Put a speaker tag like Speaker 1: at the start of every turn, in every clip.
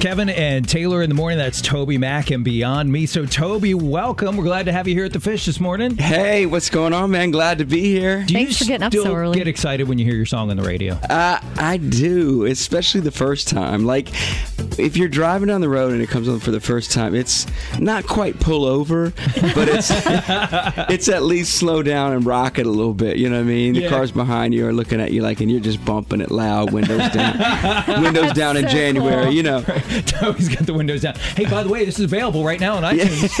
Speaker 1: Kevin and Taylor in the morning. That's Toby Mack and Beyond Me. So, Toby, welcome. We're glad to have you here at the fish this morning.
Speaker 2: Hey, what's going on, man? Glad to be here.
Speaker 1: Do
Speaker 3: Thanks
Speaker 1: you
Speaker 3: for getting up so
Speaker 1: still
Speaker 3: early.
Speaker 1: Get excited when you hear your song on the radio.
Speaker 2: Uh, I do, especially the first time. Like, if you're driving down the road and it comes on for the first time, it's not quite pull over, but it's it's at least slow down and rock it a little bit. You know what I mean? The
Speaker 1: Yeah.
Speaker 2: cars behind you are looking at you like, and you're just bumping it loud, windows down, windows down in
Speaker 3: so
Speaker 2: January.
Speaker 3: cool.
Speaker 2: You know?
Speaker 1: Toby's got the windows down. Hey, by the way, this is available right now on
Speaker 2: Yeah,
Speaker 1: iTunes.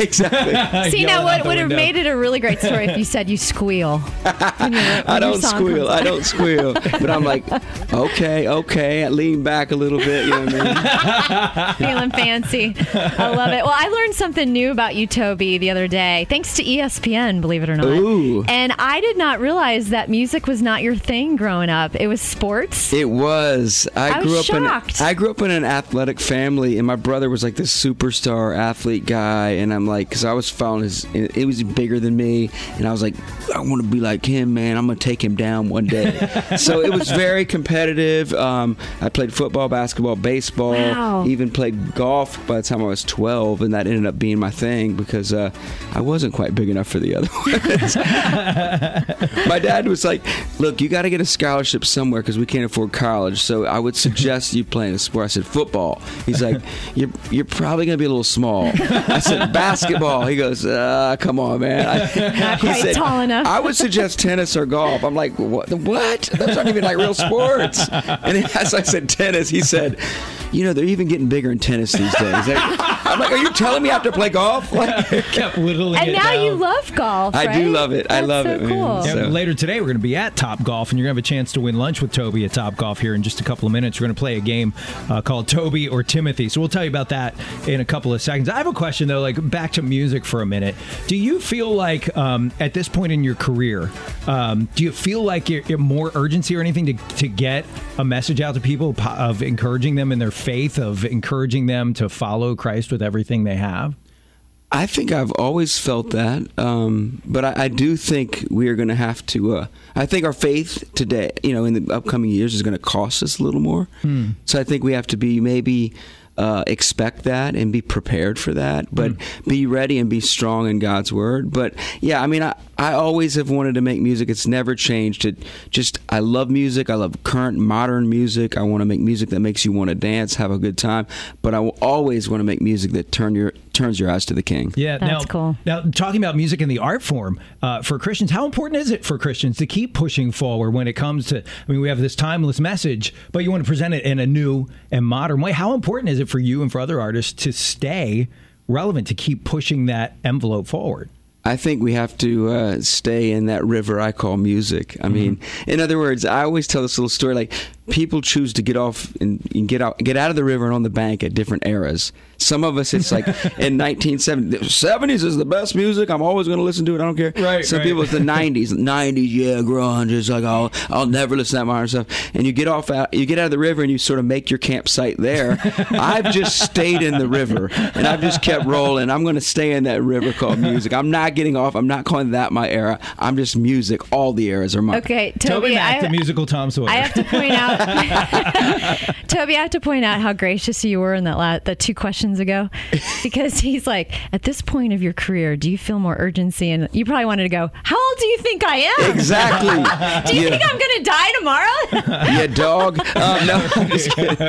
Speaker 2: exactly.
Speaker 3: See
Speaker 1: Yelling
Speaker 3: now
Speaker 1: out
Speaker 3: what
Speaker 1: the
Speaker 3: would have
Speaker 1: window.
Speaker 3: made it a really great story if you said you squeal. When your- when
Speaker 2: I
Speaker 3: your
Speaker 2: don't
Speaker 3: song
Speaker 2: squeal.
Speaker 3: comes-
Speaker 2: I don't squeal. But I'm like, okay, okay. I lean back a little bit. You know what I mean?
Speaker 3: Feeling fancy. I love it. Well, I learned something new about you, Toby, the other day, thanks to E ESPN, believe it or not.
Speaker 2: Ooh.
Speaker 3: And I did not realize that music was not your thing growing up. It was sports.
Speaker 2: It was. I,
Speaker 3: I was
Speaker 2: grew up
Speaker 3: shocked.
Speaker 2: in I grew up in an athletic family, and my brother was like this superstar athlete guy, and I'm like, because I was following his, it was bigger than me, and I was like, I want to be like him, man. I'm gonna take him down one day. so it was very competitive. Um, I played football, basketball, baseball,
Speaker 3: Wow.
Speaker 2: even played golf by the time I was 12, and that ended up being my thing because uh, I wasn't quite big enough for the other ones. My dad was like, "Look, you got to get a scholarship somewhere because we can't afford college. So I would suggest you playing a sport." I said, "Football." He's like, "You're you're probably gonna be a little small." I said, "Basketball." He goes, uh, "Come on, man." I, Not
Speaker 3: quite tall enough.
Speaker 2: I would suggest tennis or golf. I'm like, "What? What? Those aren't even like real sports." And then as I said tennis, he said, "You know, they're even getting bigger in tennis these days." They're- I'm like, "Are you telling me I have to play golf?" Like,
Speaker 1: Kept whittling
Speaker 3: and
Speaker 1: it
Speaker 3: now
Speaker 1: down.
Speaker 3: you love golf.
Speaker 2: I do
Speaker 3: right?
Speaker 2: love it. I
Speaker 3: That's
Speaker 2: love
Speaker 3: so
Speaker 2: it, man.
Speaker 3: Cool.
Speaker 1: Yeah,
Speaker 2: So-
Speaker 1: Later today, we're going to be at Top Golf, and you're going to have a chance to win lunch with Toby at Top Golf here in just a couple of minutes. We're going to play a game uh, called Toby or Timothy. So we'll tell you about that in a couple of seconds. I have a question, though, like back to music for a minute. Do you feel like um, at this point in your career, um, do you feel like you're, you're more urgency or anything to, to get a message out to people po- of encouraging them in their faith, of encouraging them to follow Christ with everything they have?
Speaker 2: I think I've always felt that, um, but I, I do think we are going to have to. Uh, I think our faith today, you know, in the upcoming years, is going to cost us a little more. So I think we have to be maybe uh, expect that and be prepared for that, but be ready and be strong in God's word. But yeah, I mean, I, I always have wanted to make music. It's never changed. It just I love music. I love current modern music. I want to make music that makes you want to dance, have a good time. But I will always want to make music that turn your turns your eyes to the King.
Speaker 1: Yeah,
Speaker 3: That's
Speaker 1: now,
Speaker 3: cool.
Speaker 1: Now, talking about music in the art form uh, for Christians, how important is it for Christians to keep pushing forward when it comes to? I mean, we have this timeless message, but you want to present it in a new and modern way. How important is it for you and for other artists to stay relevant, to keep pushing that envelope forward?
Speaker 2: I think we have to uh, stay in that river I call music. I mean,
Speaker 1: Mm-hmm.
Speaker 2: in other words, I always tell this little story like people choose to get off and, and get out get out of the river and on the bank at different eras. Some of us it's like in 1970 70s is the best music. I'm always going to listen to it. I don't care.
Speaker 1: Right,
Speaker 2: Some
Speaker 1: right.
Speaker 2: people it's the 90s. 90s, yeah, grunge. It's like I'll I'll never listen to that modern stuff. And you get off out you get out of the river and you sort of make your campsite there. I've just stayed in the river and I've just kept rolling. I'm going to stay in that river called music. I'm not getting off. I'm not calling that my era. I'm just music. All the eras are mine.
Speaker 3: Okay,
Speaker 1: Toby,
Speaker 3: Toby,
Speaker 1: Mack,
Speaker 3: I,
Speaker 1: the musical Tom Sawyer.
Speaker 3: I have to point out, Toby. I have to point out how gracious you were in that la- the two questions ago, because he's like, at this point of your career, do you feel more urgency? And you probably wanted to go, how old do you think I am?
Speaker 2: Exactly.
Speaker 3: Do you
Speaker 2: Yeah.
Speaker 3: think I'm gonna die tomorrow?
Speaker 2: yeah, dog. Um, no, I'm just kidding.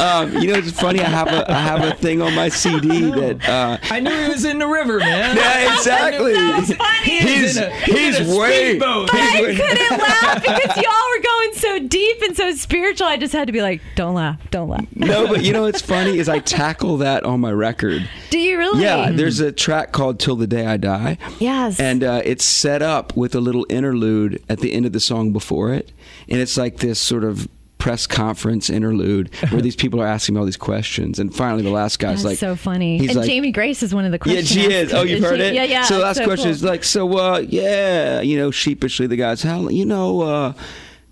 Speaker 2: Um, you know, it's funny. I have a I have a thing on my CD that. Uh,
Speaker 1: I knew he was in the river, man.
Speaker 2: yeah, exactly.
Speaker 3: so funny.
Speaker 2: He's
Speaker 1: He's in a-
Speaker 2: he's,
Speaker 1: he's in a
Speaker 2: way.
Speaker 1: speedboat.
Speaker 2: he's
Speaker 3: I
Speaker 2: way-
Speaker 3: couldn't laugh because y'all were going so deep and so spiritual. I just had to be like, don't laugh, don't laugh.
Speaker 2: no, but you know what's funny is I tackle that on my record.
Speaker 3: Do you really?
Speaker 2: Yeah, there's a track called "Till the Day I Die."
Speaker 3: Yes.
Speaker 2: and uh, it's set up with a little interlude at the end of the song before it, and it's like this sort of press conference interlude where these people are asking me all these questions, and finally the last guy's
Speaker 3: That's
Speaker 2: like,
Speaker 3: so funny.
Speaker 2: He's
Speaker 3: And
Speaker 2: like,
Speaker 3: Jamie Grace is one of the
Speaker 2: Yeah,
Speaker 3: questions.
Speaker 2: she is. Oh, you've heard it.
Speaker 3: Yeah, yeah.
Speaker 2: So the last
Speaker 3: it's
Speaker 2: question
Speaker 3: cool.
Speaker 2: is like, so uh, yeah, you know, sheepishly the guys, how you know, uh,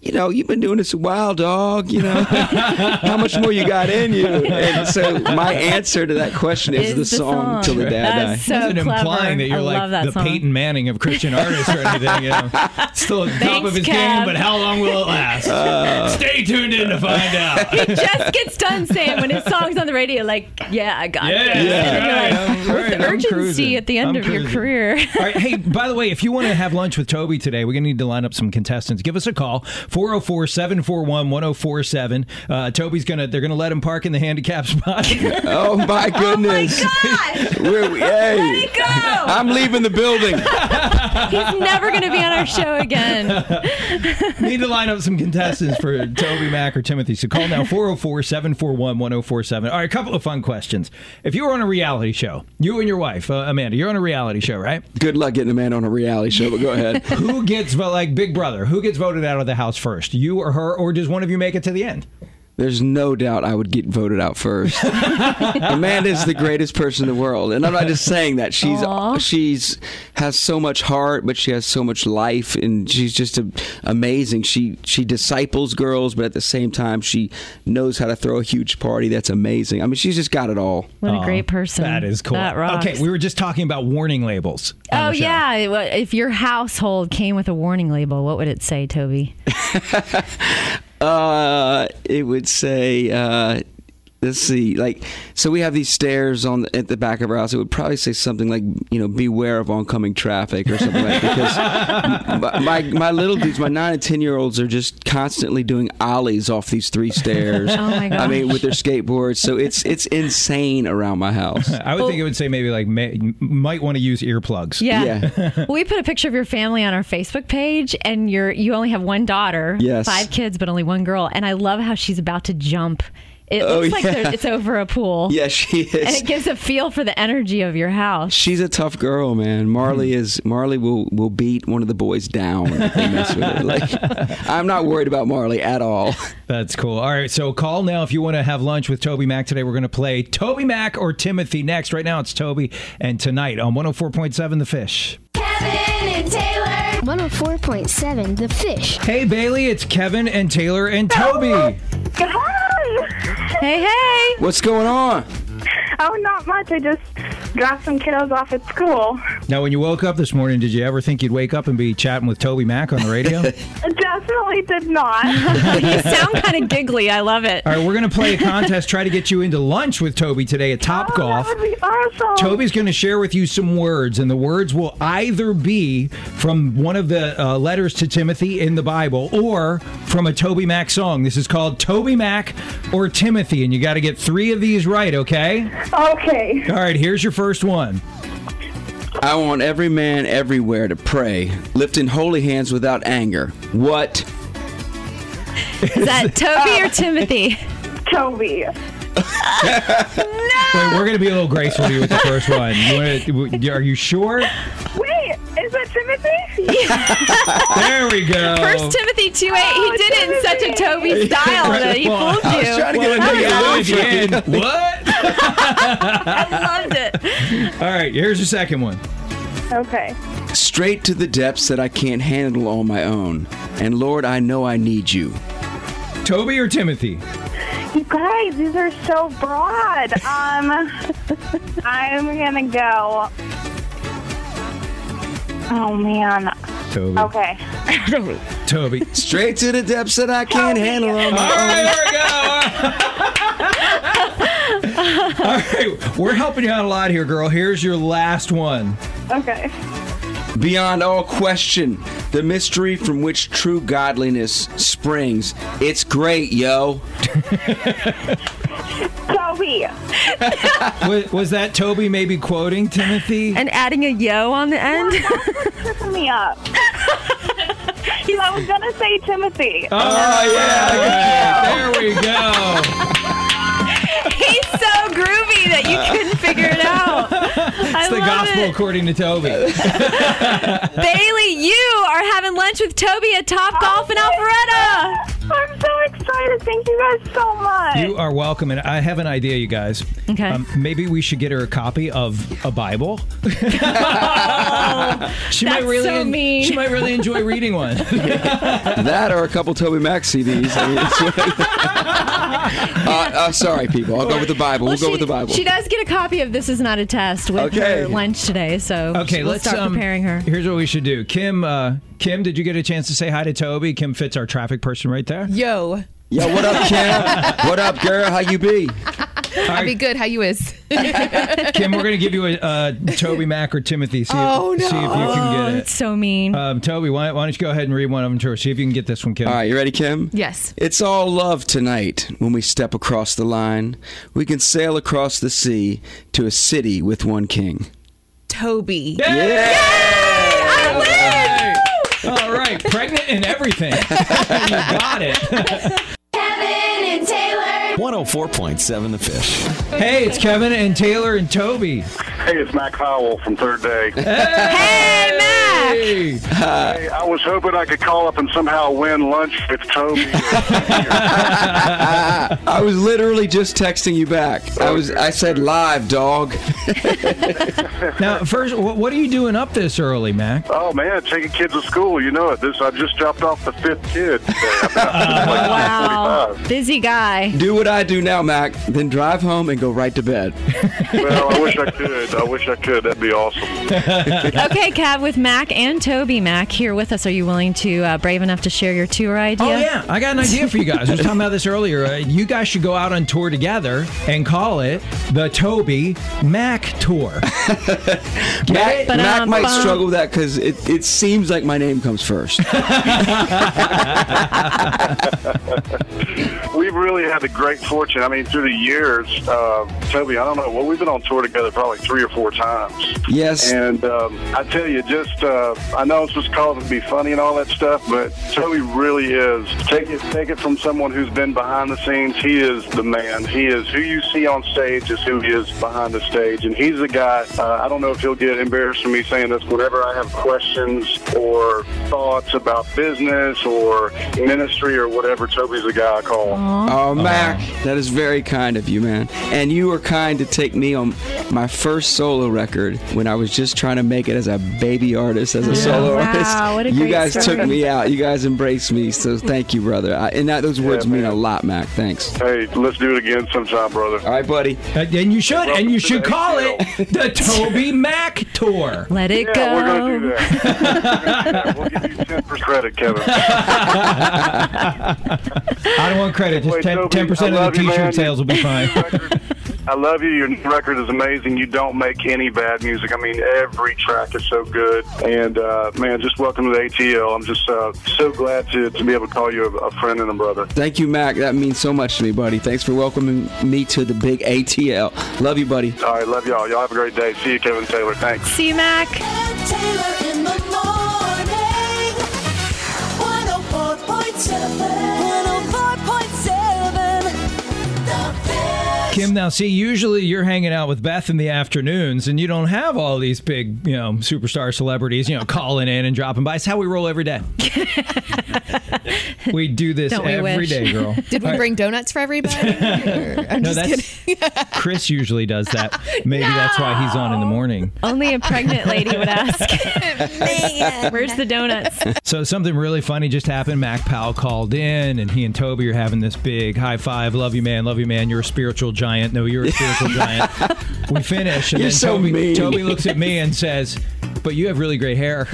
Speaker 2: you know, you've been doing this a while, dog. You know, how much more you got in you? And so my answer to that question is,
Speaker 3: Is
Speaker 2: the,
Speaker 3: the
Speaker 2: song
Speaker 3: song.
Speaker 2: "Till the Dad Dies."
Speaker 3: That's so
Speaker 1: Wasn't
Speaker 3: clever.
Speaker 1: implying that you're
Speaker 3: I
Speaker 1: like
Speaker 3: love that
Speaker 1: the
Speaker 3: song.
Speaker 1: Peyton Manning of Christian artists or anything. You know, still at the top
Speaker 3: Thanks,
Speaker 1: of his game,
Speaker 3: Kev.
Speaker 1: but how long will it last? Stay tuned in to find out.
Speaker 3: He just gets done saying when his song's on the radio, like, yeah, I got
Speaker 1: Yeah,
Speaker 3: it.
Speaker 1: that's
Speaker 3: And you're
Speaker 1: right.
Speaker 3: like,
Speaker 1: I'm
Speaker 3: what's
Speaker 1: right.
Speaker 3: the
Speaker 1: I'm cruising.
Speaker 3: urgency at the end
Speaker 1: I'm
Speaker 3: of your
Speaker 1: cruising.
Speaker 3: career?
Speaker 1: All right. Hey, by the way, if you want to have lunch with Toby today, we're going to need to line up some contestants. Give us a call 404 741 1047. Uh, Toby's going to, they're going to let him park in the handicap spot.
Speaker 2: Oh my goodness!
Speaker 3: God!
Speaker 2: We're, hey,
Speaker 3: Let it go!
Speaker 2: I'm leaving the building.
Speaker 3: He's never going to be on our show again.
Speaker 1: need to line up some contestants for Toby Mack or Timothy. So call now 404 741 1047. All right, a couple of fun questions. If you were on a reality show, you and your wife, uh, Amanda, you're on a reality show, right?
Speaker 2: Good luck getting a man on a reality show, but go ahead.
Speaker 1: Who gets, vo- like Big Brother, who gets voted out of the house first? You or her, or does one of you make it to the end?
Speaker 2: There's no doubt I would get voted out first. Amanda is the greatest person in the world, and I'm not just saying that. She's
Speaker 3: Aw.
Speaker 2: she's has so much heart, but she has so much life, and she's just a, amazing. She she disciples girls, but at the same time, she knows how to throw a huge party. That's amazing. I mean, she's just got it all.
Speaker 3: What a great person.
Speaker 1: Oh, That is cool.
Speaker 3: That rocks.
Speaker 1: Okay, we were just talking about warning labels. on
Speaker 3: Oh
Speaker 1: the show.
Speaker 3: yeah, Well, if your household came with a warning label, what would it say, Toby?
Speaker 2: Uh, it would say, uh, let's see, like, so we have these stairs on the, at the back of our house. It would probably say something like, you know, beware of oncoming traffic or something like that. Because my, my, my little dudes, my nine and 10 year olds are just constantly doing ollies off these three stairs.
Speaker 3: Oh, my
Speaker 2: I mean,
Speaker 3: gosh.
Speaker 2: with their skateboards. So it's, it's insane around my house.
Speaker 1: I would think it would say maybe like may, might want to use earplugs.
Speaker 3: Yeah.
Speaker 2: Yeah.
Speaker 3: Well, we put a picture of your family on our Facebook page, and you're you only have one daughter,
Speaker 2: Yes.
Speaker 3: five kids, but only one girl. And I love how she's about to jump. It
Speaker 2: Oh,
Speaker 3: looks like
Speaker 2: yeah.
Speaker 3: there's- it's over a pool.
Speaker 2: Yeah, she
Speaker 3: And
Speaker 2: is.
Speaker 3: it gives a feel for the energy of your house.
Speaker 2: She's a tough girl, man. Marley is Marley will will beat one of the boys down. If they mess with her. Like, I'm not worried about Marley at all.
Speaker 1: That's cool. All right, so call now if you want to have lunch with Toby Mack today. We're going to play Toby Mack or Timothy next. Right now it's Toby, and tonight on 104.7 The Fish.
Speaker 4: Kevin and Taylor.
Speaker 5: 104.7 The Fish.
Speaker 1: Hey, Bailey, it's Kevin and Taylor and Toby.
Speaker 3: Hey, hey.
Speaker 2: What's going on?
Speaker 6: Oh, not much. I just dropped some kiddos off at school.
Speaker 1: Now, when you woke up this morning, did you ever think you'd wake up and be chatting with Toby Mack on the radio? All
Speaker 6: Definitely did not.
Speaker 3: You sound kind of giggly. I love it.
Speaker 1: right, we're going to play a contest, try to get you into lunch with Toby today at
Speaker 3: Oh,
Speaker 1: Top Golf.
Speaker 6: that would be awesome.
Speaker 1: Toby's going to share with you some words, and the words will either be from one of the uh, letters to Timothy in the Bible or from a Toby Mac song. This is called Toby Mac or Timothy, and you got to get three of these right, okay?
Speaker 6: Okay.
Speaker 1: All right, here's your first one.
Speaker 2: I want every man everywhere to pray, lifting holy hands without anger. What?
Speaker 3: Is that Toby or Timothy?
Speaker 6: Toby.
Speaker 1: Wait, we're going to be a little graceful to you with the first one. You wanna, w- are you sure?
Speaker 6: Wait, is that Timothy?
Speaker 1: There we go.
Speaker 3: Oh. First Timothy two eight. he did it in such a Toby style that he
Speaker 1: Well,
Speaker 3: fooled
Speaker 2: I was trying
Speaker 3: you.
Speaker 2: to get
Speaker 1: Well,
Speaker 2: a
Speaker 1: yeah,
Speaker 2: nigga
Speaker 1: at the end. What?
Speaker 3: I loved it.
Speaker 1: All right, here's your second one.
Speaker 6: okay.
Speaker 2: Straight to the depths that I can't handle on my own. And Lord, I know I need you.
Speaker 1: Toby or Timothy?
Speaker 6: You guys, these are so broad. Um, I'm gonna go. Oh man.
Speaker 1: Toby.
Speaker 6: Okay.
Speaker 1: Toby.
Speaker 2: Straight to the depths that I can't handle on
Speaker 1: All
Speaker 2: my own.
Speaker 1: right, there we go. All right, we're helping you out a lot here, girl. Here's your last one.
Speaker 6: Okay.
Speaker 2: Beyond all question, the mystery from which true godliness springs. It's great, yo.
Speaker 6: Toby.
Speaker 1: Was, was that Toby maybe quoting Timothy?
Speaker 3: And adding a yo on the end.
Speaker 6: Pick me up. I was gonna say Timothy.
Speaker 1: Oh yeah, there we go.
Speaker 3: He's so groovy that you couldn't figure it out. I
Speaker 1: It's the
Speaker 3: love
Speaker 1: gospel
Speaker 3: it.
Speaker 1: according to Toby.
Speaker 3: Bailey, you are having lunch with Toby at Top Golf in Alpharetta.
Speaker 6: I'm so excited. Thank you guys so much.
Speaker 1: You are welcome, and I have an idea, you guys. Um,
Speaker 3: Okay. Oh,
Speaker 1: maybe we should get her a copy of a Bible. she
Speaker 3: that's so mean.
Speaker 1: She might really enjoy reading one.
Speaker 2: That or a couple Toby Mac CDs. I mean, it's uh, uh, sorry, people. I'll go with the Bible. We'll,
Speaker 3: Well,
Speaker 2: go
Speaker 3: she,
Speaker 2: with the Bible.
Speaker 3: She does get a copy of This Is Not a Test with
Speaker 2: Okay.
Speaker 3: her lunch today, so
Speaker 1: okay,
Speaker 3: we'll
Speaker 1: let's
Speaker 3: start
Speaker 1: um,
Speaker 3: preparing her.
Speaker 1: Here's what we should do, Kim. Uh, Kim, did you get a chance to say hi to Toby? Kim Fitz, our traffic person, right there.
Speaker 7: Yo,
Speaker 2: Yo, what up, Kim? what up, girl? How you be?
Speaker 7: I be good. How you is?
Speaker 1: Kim, we're gonna give you a uh, Toby Mac or Timothy. See,
Speaker 7: Oh,
Speaker 1: if,
Speaker 7: no.
Speaker 1: see if you can get it.
Speaker 3: It's so mean.
Speaker 1: Um, Toby, why, why don't you go ahead and read one of them to her? See if you can get this one, Kim.
Speaker 2: All right, you ready, Kim?
Speaker 7: Yes.
Speaker 2: It's all love tonight when we step across the line. We can sail across the sea to a city with one king.
Speaker 7: Toby.
Speaker 2: Yeah!
Speaker 1: All right, pregnant and everything. you got it.
Speaker 4: Kevin and Taylor.
Speaker 8: 104.7 The Fish.
Speaker 1: Hey, it's Kevin and Taylor and Toby.
Speaker 9: Hey, it's Mac Howell from Third Day.
Speaker 3: hey, Mac!
Speaker 1: Hey.
Speaker 9: hey, I was hoping I could call up and somehow win lunch with Toby. or-
Speaker 2: I was literally just texting you back. I was I said live, dog.
Speaker 1: Now, first, wh- what are you doing up this early, Mac?
Speaker 9: oh man, taking kids to school, you know it. This I just dropped off the fifth kid. Today. I'm out like
Speaker 3: Wow.
Speaker 9: 45.
Speaker 3: Busy guy.
Speaker 2: Do what I do now, Mac, then drive home and go right to bed.
Speaker 9: Well, I wish I could. I wish I could. That'd be awesome.
Speaker 3: Okay, Cav, with Mac and Toby Mac here with us, are you willing to, uh, brave enough to share your tour idea?
Speaker 1: Oh yeah, I got an idea for you guys. I was talking about this earlier. Uh, you guys should go out on tour together and call it the Toby Mac Tour.
Speaker 2: Mac,
Speaker 3: But,
Speaker 2: Mac
Speaker 3: um,
Speaker 2: might
Speaker 3: bum.
Speaker 2: struggle with that because it, it seems like my name comes first.
Speaker 9: We've really had the great fortune. I mean, through the years, uh, Toby, I don't know. Well, we've been on tour together probably three or four times.
Speaker 2: Yes.
Speaker 9: And um, I tell you, just uh, I know it's just called to be funny and all that stuff, but Toby really is. Take it, take it from someone who's been behind the scenes. He is the man. He is who you see on stage is who he is behind the stage, and he's the guy. Uh, I don't know if he'll get embarrassed for me saying this. Whenever I have questions or thoughts about business or ministry or whatever, Toby's the guy I call.
Speaker 3: Uh-huh.
Speaker 2: Oh, Mac, that is very kind of you, man. And you were kind to take me on my first solo record when I was just trying to make it as a baby artist, as a solo
Speaker 3: Wow,
Speaker 2: artist.
Speaker 3: what a
Speaker 2: you
Speaker 3: great
Speaker 2: guys
Speaker 3: story.
Speaker 2: took me out. You guys embraced me. So thank you, brother. I, and that, those words mean a
Speaker 9: man.
Speaker 2: lot, Mac. Thanks.
Speaker 9: Hey, let's do it again sometime, brother.
Speaker 2: All right, buddy.
Speaker 1: Uh, and you should, and you should call it the Toby Mac Tour.
Speaker 3: Let it
Speaker 9: Yeah,
Speaker 3: go.
Speaker 9: we're gonna do that. we'll give you ten percent credit, Kevin.
Speaker 1: I don't want credit. Just
Speaker 9: Wait,
Speaker 1: 10,
Speaker 9: Toby,
Speaker 1: 10%
Speaker 9: I
Speaker 1: of
Speaker 9: love
Speaker 1: the
Speaker 9: you,
Speaker 1: t-shirt
Speaker 9: man.
Speaker 1: sales will be fine.
Speaker 9: I love you. Your record is amazing. You don't make any bad music. I mean, every track is so good. And uh, man, just welcome to the ATL. I'm just uh, so glad to, to be able to call you a, a friend and a brother.
Speaker 2: Thank you, Mac. That means so much to me, buddy. Thanks for welcoming me to the big ATL. Love you, buddy.
Speaker 9: All right, love y'all. Y'all have a great day. See you, Kevin Taylor. Thanks.
Speaker 3: See you, Mac.
Speaker 4: And Taylor in the morning. 104.7. 104.7. The Fish.
Speaker 1: Kim, now see, usually you're hanging out with Beth in the afternoons, and you don't have all these big, you know, superstar celebrities, you know, calling in and dropping by. It's how we roll every day. we do this
Speaker 3: Don't we
Speaker 1: every
Speaker 3: wish?
Speaker 1: day, girl.
Speaker 7: Did we
Speaker 1: All right.
Speaker 7: bring donuts for everybody? Or- I'm
Speaker 1: No,
Speaker 7: just kidding.
Speaker 1: that's Chris. Usually does that. Maybe that's why he's on in the morning.
Speaker 3: Only a pregnant lady would ask. Where's the donuts?
Speaker 1: So something really funny just happened. Mac Powell called in, and he and Toby are having this big high five. Love you, man. Love you, man. You're a spiritual giant. No, you're a spiritual giant. We finish, and
Speaker 2: You're
Speaker 1: then
Speaker 2: so
Speaker 1: Toby,
Speaker 2: mean.
Speaker 1: Toby looks at me and says, "But you have really great hair."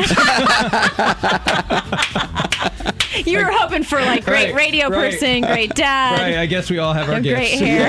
Speaker 3: You were hoping for like great
Speaker 1: Right,
Speaker 3: radio
Speaker 1: right.
Speaker 3: person, great dad,
Speaker 1: right. I guess we all have our
Speaker 3: and
Speaker 1: gifts.
Speaker 3: great hair.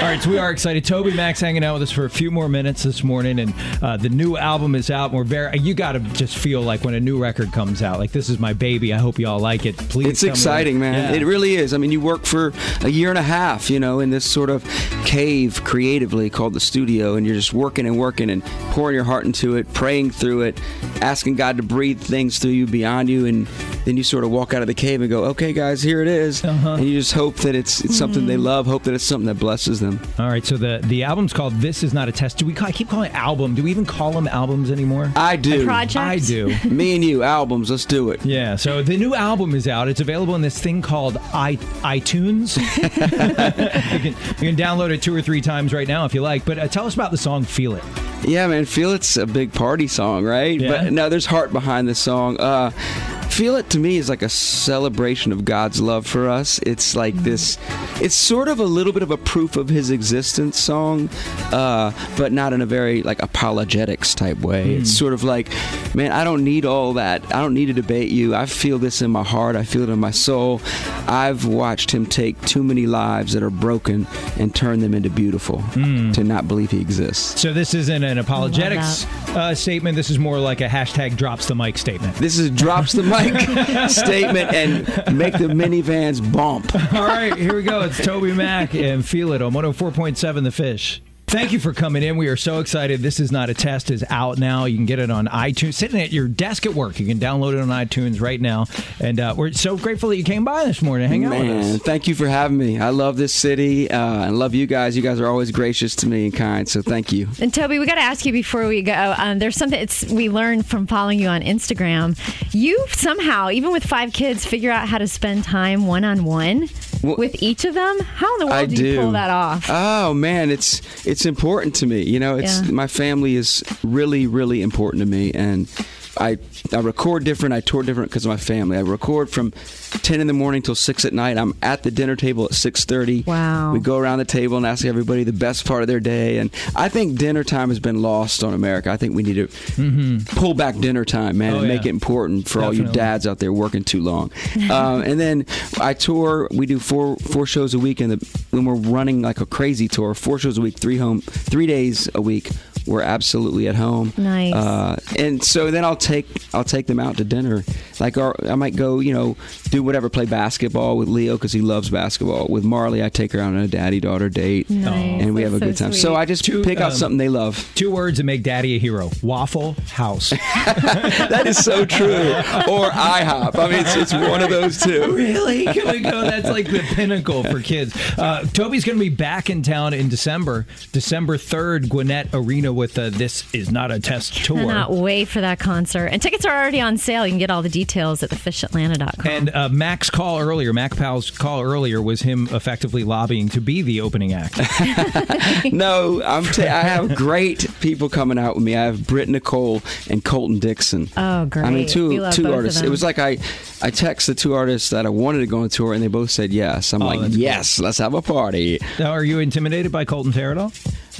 Speaker 1: All right, so we are excited. Toby Max hanging out with us for a few more minutes this morning, and uh, the new album is out. And we're very. You got to just feel like when a new record comes out, like this is my baby. I hope you all like it. Please.
Speaker 2: It's
Speaker 1: tell me-
Speaker 2: exciting, man.
Speaker 1: Yeah.
Speaker 2: It really is. I mean, you work for a year and a half, you know, in this sort of cave creatively called the studio, and you're just working and working and pouring your heart into it, praying through it, asking God to breathe things through you, beyond you, and then you sort of walk out of the cave and go, okay, guys, here it is. And you just hope that it's, it's something they love, hope that it's something that blesses them.
Speaker 1: All right, so the the album's called "This Is Not a Test." Do we? Call, I keep calling it album. Do we even call them albums anymore?
Speaker 2: I do.
Speaker 3: project?
Speaker 1: I do.
Speaker 2: Me and you, albums, let's do it.
Speaker 1: Yeah, so the new album is out. It's available in this thing called i iTunes. you, can, you can download it two or three times right now if you like. But uh, tell us about the song "Feel It."
Speaker 2: Yeah, man, Feel It's a big party song, right?
Speaker 1: Yeah.
Speaker 2: But no, there's heart behind this song. Uh, Feel It to me is like a celebration of God's love for us. It's like this, it's sort of a little bit of a proof of his existence song, uh, but not in a very like apologetics type way. It's sort of like, man, I don't need all that. I don't need to debate you. I feel this in my heart, I feel it in my soul. I've watched him take too many lives that are broken and turn them into beautiful to not believe he exists.
Speaker 1: So this isn't an apologetics uh, statement. This is more like a hashtag drops the mic statement.
Speaker 2: This is drops the mic statement and make the minivans bump.
Speaker 1: All right, here we go. It's Toby Mack and Feel It on 104.7 The Fish. Thank you for coming in. We are so excited. This is not a test is out now. You can get it on iTunes. Sitting at your desk at work, you can download it on iTunes right now. And uh, we're so grateful that you came by this morning. to Hang out with
Speaker 2: Man,
Speaker 1: us.
Speaker 2: thank you for having me. I love this city. Uh, I love you guys. You guys are always gracious to me and kind, so thank you.
Speaker 3: And Toby, we got to ask you before we go. Um, there's something it's, we learned from following you on Instagram. You somehow, even with five kids, figure out how to spend time one on one
Speaker 2: Well,
Speaker 3: with each of them. How in the world
Speaker 2: I
Speaker 3: do,
Speaker 2: do.
Speaker 3: you pull that off?
Speaker 2: Oh man, it's it's important to me. You know, it's
Speaker 3: Yeah.
Speaker 2: my family is really really important to me, and I I record different. I tour different because of my family. I record from ten in the morning till six at night. I'm at the dinner table at six thirty.
Speaker 3: Wow.
Speaker 2: We go around the table and ask everybody the best part of their day, and I think dinner time has been lost on America. I think we need to pull back dinner time, man,
Speaker 1: Mm-hmm. Oh,
Speaker 2: and make
Speaker 1: yeah.
Speaker 2: it important for all you
Speaker 1: Definitely.
Speaker 2: dads out there working too long. um, and then I tour. We do four four shows a week, and the, when we're running like a crazy tour, four shows a week, three home, three days a week. We're absolutely at home.
Speaker 3: Nice.
Speaker 2: Uh, and so then I'll take I'll take them out to dinner. Like our, I might go, you know, do whatever, play basketball with Leo because he loves basketball. With Marley, I take her out on a daddy daughter date,
Speaker 3: Nice.
Speaker 2: and we have a
Speaker 3: That's
Speaker 2: good
Speaker 3: so
Speaker 2: time.
Speaker 3: sweet.
Speaker 2: So I just
Speaker 1: Two,
Speaker 2: pick out
Speaker 1: um,
Speaker 2: something they love.
Speaker 1: Two words that make daddy a hero Waffle House.
Speaker 2: That is so true. Or IHOP. I mean, it's, it's one of those two.
Speaker 1: really? Can we go? That's like the pinnacle for kids. Uh, Toby's going to be back in town in December, December 3rd, Gwinnett Arena with uh, This Is Not a Test tour.
Speaker 3: Cannot wait for that concert. And tickets are already on sale. You can get all the details at thefishatlanta.com.
Speaker 1: And uh, Mac's call earlier, Mac Powell's call earlier, was him effectively lobbying to be the opening act.
Speaker 2: No, I'm t- I have great people coming out with me. I have Britt Nicole and Colton Dixon.
Speaker 3: Oh,
Speaker 2: I mean,
Speaker 3: great. We
Speaker 2: two
Speaker 3: love
Speaker 2: two
Speaker 3: both of
Speaker 2: artists. It
Speaker 3: them.
Speaker 2: was like I I text the two artists that I wanted to go on tour, and they both said yes.
Speaker 3: Oh,
Speaker 2: I'm like,
Speaker 1: that's cool.
Speaker 2: yes, let's have a party.
Speaker 1: now, are you intimidated by Colton Terradol?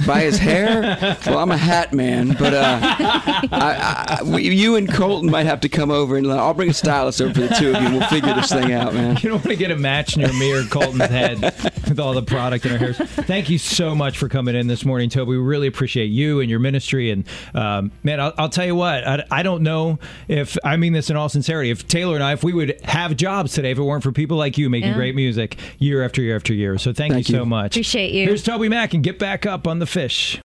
Speaker 2: By his hair, well, I'm a hat man, but uh, I, I, we- you and Colton might have to come over, and I'll bring a stylist over for the two of you. and We'll figure this thing out, man.
Speaker 1: You don't want to get a match near me or Colton's head with all the product in our hairs. Thank you so much for coming in this morning, Toby. We really appreciate you and your ministry. And um, man, I'll, I'll tell you what, I, I don't know if I mean this in all sincerity. If Taylor and I, if we would have jobs today, if it weren't for people like you making
Speaker 3: Yeah.
Speaker 1: great music year after year after year. So thank,
Speaker 2: Thank
Speaker 1: you, so
Speaker 2: you.
Speaker 1: much.
Speaker 3: Appreciate you.
Speaker 1: Here's Toby Mack and get back up on the fish.